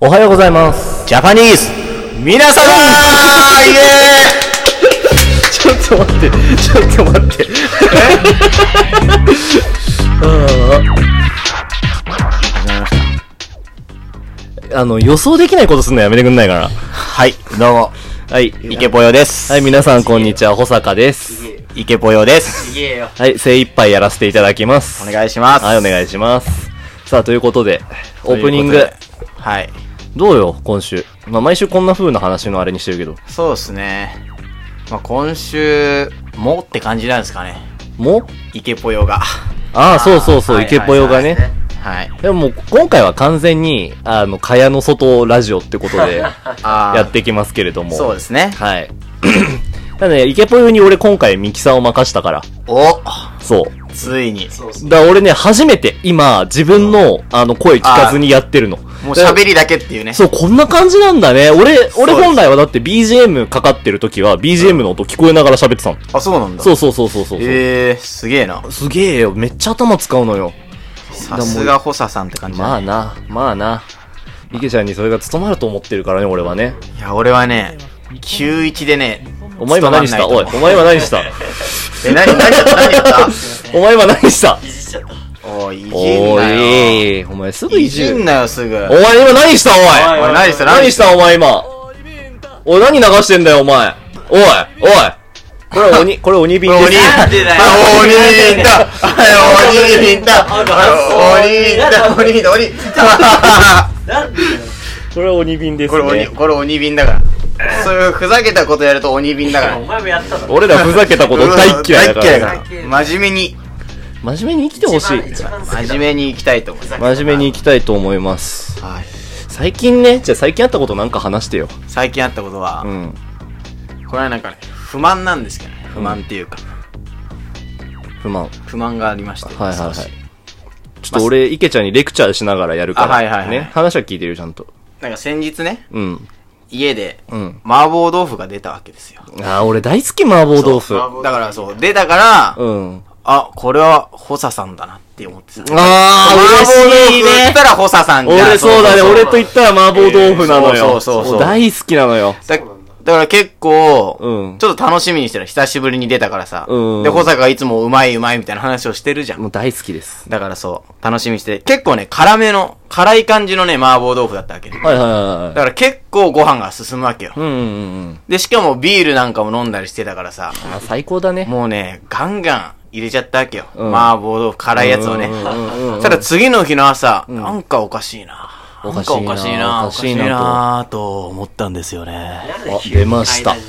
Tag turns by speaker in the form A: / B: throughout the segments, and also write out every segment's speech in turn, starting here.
A: おはようございます。
B: ジャパニーズ皆様イエ
A: ちょっと待って、ちょっと待って。 あーあの、予想できないことすんのやめてくんないから。
B: ーはい、どうも、
A: はい。
B: イケぽよです。
A: はい、皆さんこんにちは、保坂です。
B: イケぽよです。
A: はい、精一杯やらせていただきます。
B: お願いします。
A: はい、お願いします。さあ、ということで、オ
B: とい
A: ー
B: うことで
A: プニング、
B: はい。
A: どうよ、今週。まあ、毎週こんな風な話のあれにしてるけど。
B: そうですね。まあ、今週、もって感じなんですかね。
A: も
B: イケぽよが。
A: ああ、そうそうそう、
C: はい
A: イケぽよがね。
B: はい。
A: でももう今回は完全に、あの、蚊帳の外ラジオってことで
B: あー
A: やっていきますけれども。
B: そうですね。
A: はい。 なので、イケポヨに俺今回ミキさんを任したから。
B: お
A: そう。
B: ついに。
C: そうそう。
A: だから俺ね、初めて今、自分の、あの、声聞かずにやってるの。
B: もう
A: だから
B: 喋りだけっていうね。
A: そう、こんな感じなんだね。俺、俺
B: そうです
A: 本来はだって BGM かかってる時は、BGM の音聞こえながら喋ってたの。
B: あ、そうなんだ。
A: そうそうそうそうそう。
B: えー、すげえな。
A: すげえよ。めっちゃ頭使うのよ。
B: さすが補佐さんって感じだね
A: まあな、まあな。池ちゃんにそれが務まると思ってるからね、俺はね。
B: いや、俺はね、91でね、
A: お前今何したおい、お前今何した
B: え、何、何やった何やった
A: お前今何した
C: いじっちゃった。
B: おい、いじんな
A: お
B: よ。
A: い、お前すぐ
B: い
A: いじ
B: じん
A: る。
B: なよ、すぐ。
A: お前今何したおい
B: おい、何した
A: 何したお前今おい、何流してんだよ、お前おい、おいこれ鬼、これ鬼瓶です。
C: なんでだよ
B: あ鬼瓶だあ鬼瓶だあ鬼瓶だ鬼瓶だ鬼
C: なんで
A: これ鬼瓶です
B: これ
A: ね。
B: 鬼、これ鬼瓶だから。そういうふざけたことやると鬼瓶だか
C: だよ。お
B: ら。
C: 前もやっただろ。
A: 俺らふざけたこと大っ嫌いだから
B: 大
A: ね
B: っ嫌いだから。真面目に、
A: 真面目に生きてほしい。
C: 一番好き
B: 真
C: だ
B: 面目に行きたいと思います。
A: 真面目に生きたいと思います。
B: はい。
A: 最近ね、じゃあ最近あったことなんか話してよ。
B: 最近あったことは
A: う、ん。
B: これはなんかね、不満なんですけどね。不満っていうか、
A: 不満。
B: 不満がありまして。
A: はいはいはい
B: 少し。
A: ちょっと俺、池ちゃんにレクチャーしながらやるから。
B: あはいはいはい
A: ね。話は聞いてるよ、ちゃんと。
B: なんか先日ね、
A: うん。
B: 家で、
A: うん。
B: 麻婆豆腐が出たわけですよ。
A: ああ、俺大好き麻婆豆腐。
C: そう
B: だからそう、出たから、
A: うん。
B: あ、これは、ホサさんだなって思ってた。
A: ああ、
B: 麻婆
A: 嬉し
B: 豆
A: い
B: 腐言っ
A: ね
B: た。らホサさんじゃん
A: 俺そうだね、
B: そうそう
A: 俺と言ったら麻婆豆腐なのよ。
B: そうそうそうそう
A: も大好きなのよ。
B: だだから結構、
A: うん
B: ちょっと楽しみにしてた。久しぶりに出たからさ。
A: うん
B: で、ホサがいつもうまいうまいみたいな話をしてるじゃん。
A: もう大好きです。
B: だからそう、楽しみにして。結構ね、辛めの、辛い感じのね、麻婆豆腐だったわけ。だ
A: はいはいはいはい。
B: から結構ご飯が進むわけよ
A: う。んうんうん。
B: で、しかもビールなんかも飲んだりしてたからさ、
A: あー最高だね。
B: もうね、ガンガン入れちゃったわけよ。
A: うん
B: 麻婆豆腐、辛いやつをね。
A: うんうんうん うん
B: ただ次の日の朝、なんかおかしいな。
A: お
B: な
A: か
B: ん
A: しいな
B: かおかしいな、
A: お
B: お
A: か
B: か
A: し
B: し
A: い
B: い
A: なと
B: なと思ったんですよね。
C: なんで急に
A: 出ました
C: 間に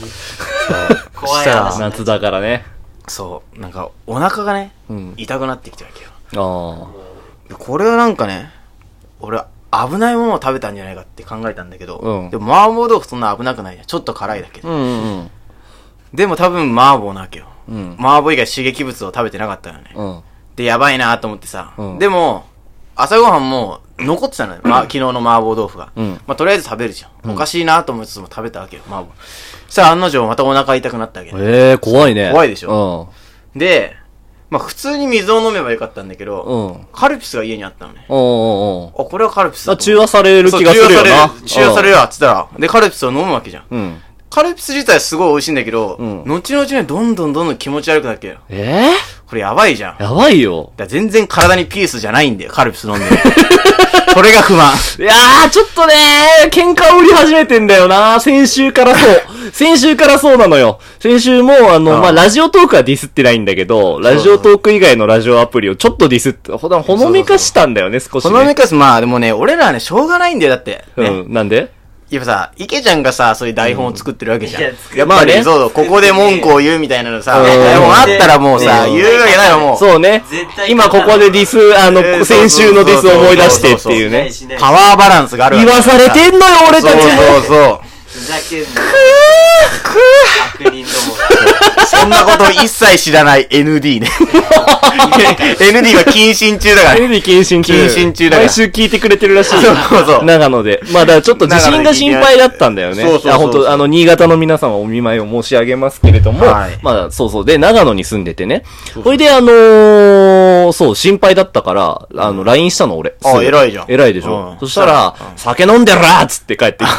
C: 怖い
B: そ
C: 話
B: し
C: だね。
A: 夏だからね。
B: そう、なんかお腹がね、
A: ん
B: 痛くなってきたわけ
A: あ
B: よ。
A: あ。
B: でこれはなんかね、俺危ないものを食べたんじゃないかって考えたんだけど、
A: うん
B: でも麻婆豆腐そんな危なくないじゃん。ちょっと辛いだけど。
A: うんうん
B: でも多分麻婆なわけよ。
A: うん。
B: 麻婆以外刺激物を食べてなかったよね。
A: うん。うん。
B: で、やばいなと思ってさ、
A: うん
B: でも、朝ごはんも残ってた のよ、ま、昨日の麻婆豆腐が。
A: うん
B: まあ、とりあえず食べるじゃん。おかしいなと思いつつも食べたわけよ、麻婆。そしたら案の定またお腹痛くなったわけね。
A: ええー、怖いね。
B: 怖いでし
A: ょ。
B: で、まあ、普通に水を飲めばよかったんだけ
A: うん。う
B: ど、
A: ん。うん
B: カルピスが家にあったのね。
A: うんうん。
B: あ、これはカルピスだ
A: あ、
B: と
A: 中
B: 思う。
A: 和される
B: そう
A: 気がするよな。
B: 中和される。中和されるわ、つったら。で、カルピスを飲むわけじゃん。
A: うん。うん。
B: カルピス自体すごい美味しいんだけど、
A: うん
B: 後々ね、どんどんどんどん気持ち悪くなってきたよ。
A: え
B: これやばいじゃん。
A: ー、
B: だか
A: やばいよ。
B: ら全然体にピースじゃないんだよ、カルピス飲んでる。 これが不満。
A: いやー、ちょっとねー、喧嘩を売り始めてんだよな先週からそう。 先週からそうなのよ。先週も、あの、
B: ああ
A: まあ、ラジオトークはディスってないんだけど、ラジオトーク以外のラジオアプリをちょっとディスって、ほほのめかしたんだよね、少し、
B: こ
A: ね。
B: のメカス、まあでもね、俺らはね、しょうがないんだよ、だって。ね。
A: うん、なんで
B: やっぱさ、池ちゃんがさ、そういう台本を作ってるわけじゃん。
C: うん
B: や
C: いや作って
B: っぱり、
A: まあね
B: そうそう、ここで文句を言うみたいなのさ、
A: うん
B: 台本あったらもうさ、
A: うん
B: 言うわけないよ、もう。
A: そうね
C: 絶。対
A: 今ここでディス、あの、
B: えー
A: 先週のディスを思い出してっていう
C: しない
A: ね。
C: しない
B: パワーバランスがあるわ
A: 言
B: け
A: わされてんのよ、俺たち。
B: そうそうそう。
C: ざけんな。悪人どもが。
B: そんなこと一切知らない ND ね。ND は謹慎中だから。
A: テレビ謹慎中。
B: 謹慎中だから
A: 毎週聞いてくれてるらしい。
B: そうそうそ う
A: 長野で。まあだからちょっと地震が心配だったんだよね。
B: 長野でそうそうそう
A: いや本当あの、新潟の皆様お見舞いを申し上げますけれども、
B: はい
A: まあそうそう。で、長野に住んでてね。ほいで、あのーそう、心配だったから、あの、LINE したの俺。
B: あ
A: すぐ
B: 偉いじゃん
A: 偉いでしょ。
B: う
A: そ
B: ん
A: したら、酒飲んでるらっつって帰ってき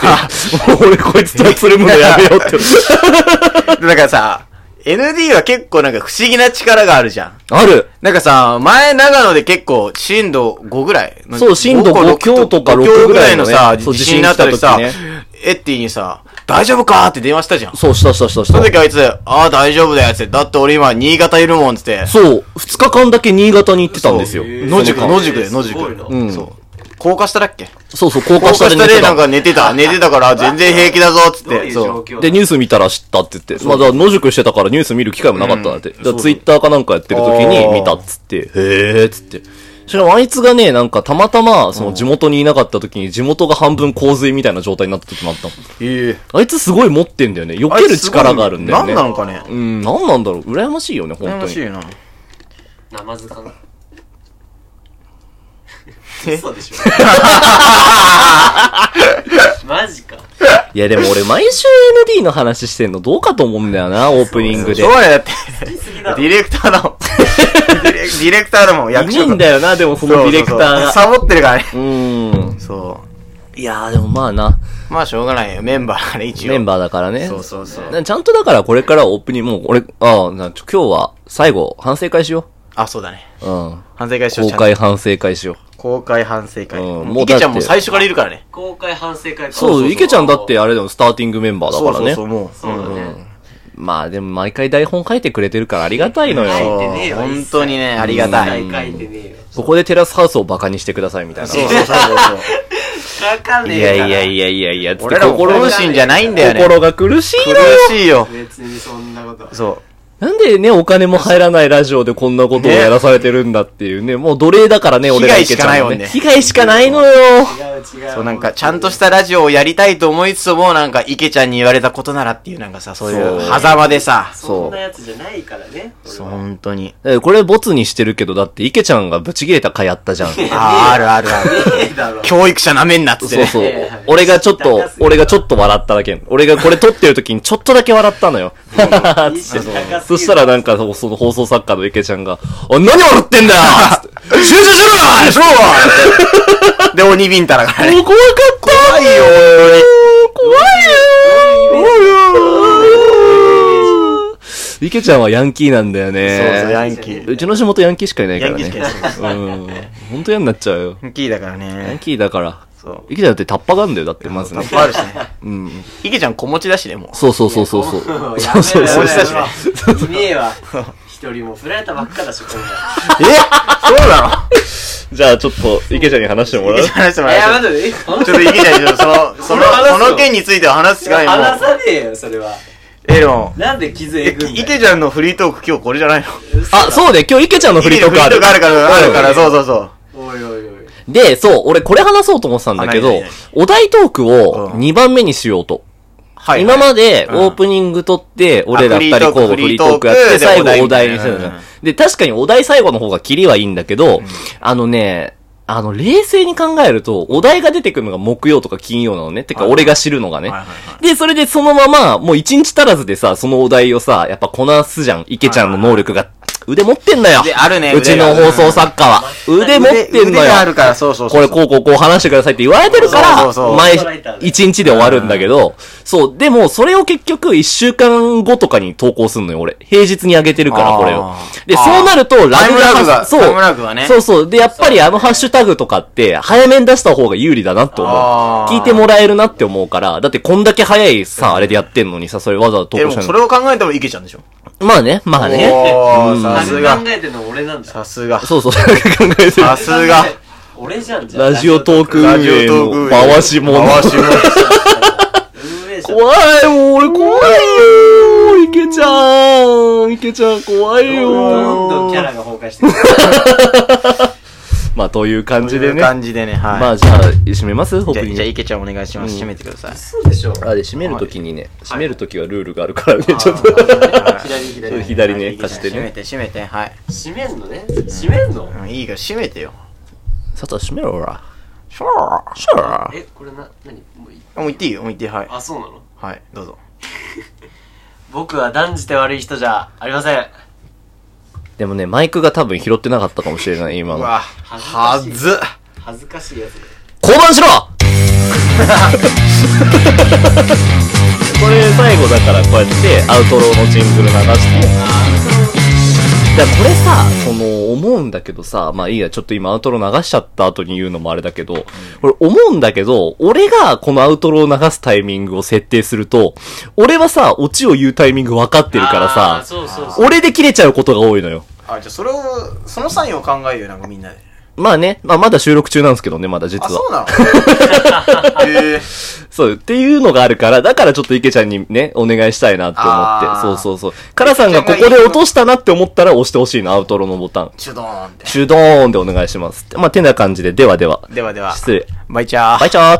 A: て、もう俺こいつとつるむのやめようって。
B: だからさ、ND は結構なんか不思議な力があるじゃん。
A: ある
B: なんかさ、前長野で結構震度5ぐらいの
A: そう震度5強とか
B: 5強
A: 6
B: ぐ
A: ぐ
B: ら
A: ら
B: い
A: い
B: の
A: のね
B: さ、
A: そう
B: 地震になった時さ
A: 地震来、
B: エッティにさ、大丈夫かって電話したじゃん。
A: そう、したしたしたし
B: そ
A: た
B: の。時あいつ、ああ、大丈夫だよって、だって俺今新潟いるもんっつって。
A: そう、二日間だけ新潟に行ってたんですよ。
B: そう
C: へ
B: 野宿、野宿で、野
C: す
B: 宿。
C: ごいな
A: うん
B: そう。高架下だっけ
A: そうそう、高
B: 高
A: 架下
B: 架
A: で
B: 下
A: 寝
B: で
A: て
B: な
A: た
B: ん。か寝て た。寝てたから全然平気だぞっつっ
C: どうい
B: て。
C: う状
B: そう。
C: 況
A: で、ニュース見たら知ったって言って、まあ、だから野宿してたからニュース見る機会もなかったんだって。だからツイッターかなんかやってる時
B: あー
A: に見たっつって、へーっつって。しかもあいつがね、なんかたまたま、その地元にいなかった時に地元が半分洪水みたいな状態になった時もあったの。
B: ええ。
A: あいつすごい持ってんだよね。避ける力があるんだよね。
B: なんなのかね。
A: うん、なんなんだろう。羨ましいよね、本当
B: 楽
A: に
B: し。いな。
C: ナマズかな
B: え
C: 嘘でしょマジか
A: いや、でも俺毎週 ND の話してんのどうかと思うんだよ な、オープニング
B: し
A: で
B: ょう。がないだって。
C: ぎ
B: デ
C: だろ
B: ィレクターだもん。 ディレディレクターだもん、
A: い
B: 役
A: ねえ
B: 所
A: んだよな、でもそのディレクター
B: そうそう
A: が。
B: そうサボってるからね。
A: うーん。
B: そ
A: いやーでもまあな、
B: う。まあしょうがないよ。メンバーがね、一応。
A: メンバーだからね。
B: そうそうそう。
A: なちゃんとだからこれからオープニング、もう俺、ああ、なちょ今日は最後、反省会しよ
B: あ、そうだね。
A: う。うん。
B: 反省会しよう
A: 公。開反省会しよう。
B: 公開反省会。
A: うん
B: も
A: も
B: う
A: うだって
B: 池ちゃんも最初からいるからね。
C: 公開反省会
A: そう、池ちゃんだってあれでもスターティングメンバーだからね。
B: そうそうそう、もう。
C: そうだね、
A: まあでも毎回台本書いてくれてるからありがたいの
C: 書い
A: よ。
C: てねえよ
B: そう本当にねありがたい
C: 一切書いてねえよ
A: ここでテラスハウスをバカにしてくださいみたいな。
B: そうそうそうそう。
C: 書かね
A: い
C: え
A: やい
C: から
A: やいやいやいや、つって
B: 俺らも
A: 心
B: 苦
A: の
B: しいんじゃないんだよね。
A: 心が苦しい
B: 苦
A: のよ。
B: しいよ。
C: 別にそんなこと
B: そ
A: なんでね、お金も入らないラジオでこんなことをやらされてるんだっていうね、もう奴隷だからね、俺ら
B: 被害しかない
A: も
B: もんね
A: 被害しかないのよ。
C: 違う違う
B: う。そう、なんか、ちゃんとしたラジオをやりたいと思いつつも、なんか、池ちゃんに言われたことならっていう、なんかさ、そういう、
A: そう
B: 狭間でさ、
C: そんなやつじゃないからね
B: そう、本当に。
A: えこれボツにしてるけど、だって池ちゃんがブチ切れた回あったじ ゃん。そう
B: あーあるあるある。
C: ねえ だろ
B: 教育者なめんなっつってね。
A: そう
C: ねえ。
A: 俺がちょっ
C: 知った
A: と
C: かす、ぎる
A: 俺がちょっと笑っただけ。俺がこれ撮ってる時にちょっとだけ笑ったのよ。
C: 意識高すぎる
A: そしたらなん か、その放送作家の池ちゃんが、おい何笑ってんだよつって集中しろよ
B: あ、そうわで、鬼ビンタだからね。
A: もう怖かった怖いよ怖いよ池ちゃんはヤンキーなんだよね。
B: そうそう、ヤンキー。
A: うちの地元ヤンキーしかいないか
B: ヤ
A: ら
B: ン
A: ね。
B: キーしかいない。
A: う
B: ヤ
A: ん。ほんと嫌になっちゃうよ。
B: ンキーだから
A: ヤン
B: ね。
A: キーだから。
B: そう。
A: 池ちゃんだってタッパがあんだよ、だって、まず
B: タ
A: ね
B: ッ。パあるしね。
A: うん。
B: 池ちゃん子持ちだしね、もう。
A: そうそうそうそうそう。
C: いやもう
A: そうそうそう。
B: そうそう
C: やめろやめろいねえわ。一人も振られたばっかだし、こんな
B: えそうな
A: じゃあ、ちょっと、池ちゃんに話しても
B: の
A: らう
B: 池ちゃん話しても
C: いや、
B: ら
C: 待
B: う。
C: って、え
B: ち
C: 本当
B: ょっと
C: に
B: 池ちゃんに、その、その、その件については話すしかないも
C: 話
B: う。
C: さねえよ、それは。
B: え、でも、
C: なんで傷え
B: え
C: ぐんだよ
B: 池ちゃんのフリートーク今日これじゃないの
A: あ、そうで、今日池ちゃんのフリートークある。
B: あるから、あるから、
A: うん
B: そうそうそう。
C: おいおいおい。
A: で、そう、俺これ話そうと思ってたんだけ
B: あ
A: ど
B: ないないない、
A: お題トークを
B: うん
A: 2番目にしようと。
B: は
A: 今まで
B: うん
A: オープニング撮って、俺ら二人こうフ
B: フリ
A: リ
B: ー
A: ー
B: ト
A: トー
B: ーク
A: クやって、
B: で
A: 最
B: お題
A: 後お題にしてたじ
B: うん
A: ゃん。で、確かにお題最後の方がキリはいいんだけど、あのね、あの、冷静に考えると、お題が出てくるのが木曜とか金曜なのね。てか、
B: はいはい
A: 俺が知るのがね
B: はいはいは。
A: で、それでそのまま、もう一日足らずでさ、そのお題をさ、やっぱこなすじゃん。池ちゃんの能力が。腕持ってんだよ
B: で、あるね。
A: うちの放送作家は。腕持ってんの
B: 腕があ
A: よ
B: る。から、そうそう
A: こ
B: そう。
A: れこうこうこう話してくださいって言われてるか
B: そう
A: ら
B: そうそう、
A: 毎一日で終わるんだけど、そう、でもそれを結局一週間後とかに投稿すんのよ、俺。平日に上げてるから、これを
B: あ。ー
A: で、
B: あー
A: そうなると、
B: タイムラグが
A: ハッそう
B: タイムラグがね
A: そうそう。で、やっぱりあのハッシュタグとかって、早めに出した方が有利だなって思う
B: あ。ー
A: 聞いてもらえるなって思うから、だってこんだけ早いさ、あれでやってんのにさ、それわざわざ投
B: え、で
A: 稿
B: も
A: しない
B: そ
A: の。
B: れを考えても池ちゃんでしょ。
A: まあね、まあね。
B: おー
A: うん
B: さす
C: 考
B: が。
C: えてんの俺なんだ。
B: さすが。
A: そうそう、 考えてる。
B: さすが。
C: 俺じゃんじゃん。
A: ラジオトーク運
B: ラジオ
A: 営
B: トーク運
A: の
B: 営。
A: 回し者。
B: 回し者。
C: 運営者。
A: 怖い、もう俺怖いよいけちゃんいけちゃん怖い
C: どん
A: よ
C: どんキャラが崩壊してくる。
A: まあ、という感じで
B: そう
A: ね。
B: いう感じでね、はい。
A: まあ、じゃあ、締めます
B: じゃ
A: 特
B: あ、
A: に。
B: じゃあ、いけちゃんお願いします。
A: うん
B: 締めてください。
C: そうでしょ
A: あ、で、締めるときにね、締めるときはルールがあるからね、ちょっと。
C: あー左
A: ちょっと
C: 左
A: 左ね
B: はい
A: 貸してね
B: 締めて、締めて、はい。
C: 閉めんのね閉めんの
B: うんいいから締めてよ。
A: 佐藤、締めろ、ほら。
B: シャーシャー
C: えこれな何もういい
B: もう言っていいよ、もう言っていい、はい。
C: あそうなの
B: はい、どうぞ。
C: 僕は断じて悪い人じゃありません
A: でもね、マイクが多分拾ってなかったかもしれない、今
B: う
A: の。
B: わ、は
C: 恥ずかしい
B: ずっ
C: 恥ずかしいやつだ
A: 降板し ろこれ最後だからこうやってアウトローのジングル流して。だからこれさ、その、思うんだけどさ、まあいいや、ちょっと今アウトロー流しちゃった後に言うのもあれだけど、俺思うんだけど、俺がこのアウトローを流すタイミングを設定すると、俺はさ、オチを言うタイミング分かってるから
C: あー
A: さ、
C: そうそうそう
A: 俺で切れちゃうことが多いのよ。
B: あ、じゃあそれを、そのサインを考えよう、なんかみんなで。
A: まあね、まあまだ収録中なんですけどね、まだ実
B: あ、
A: は。
B: そ うなのえー
A: そう、っていうのがあるから、だからちょっと池ちゃんにね、お願いしたいなって思
B: あ
A: って。
B: ー
A: そうそうそう。カラさんがここで落としたなって思ったら押してほしいの、アウトロのボタン。
B: ちょどーんって。
A: シュドーンでお願いします。まあ、てな感じで、ではでは。
B: ではでは。
A: 失礼。
B: バイチャー
A: バイチャー